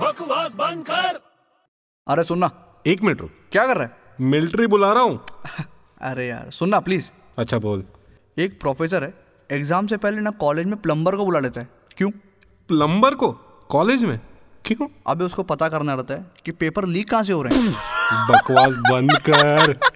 बकवास बंद कर अरे सुनना एक मिनट रुक क्या कर रहा है मिलिट्री बुला रहा हूँ अरे यार सुनना प्लीज अच्छा बोल एक प्रोफेसर है एग्जाम से पहले ना कॉलेज में प्लम्बर को बुला लेता है क्यों प्लम्बर को कॉलेज में क्यों अबे उसको पता करना रहता है कि पेपर लीक कहाँ से हो रहे हैं बकवास बंद कर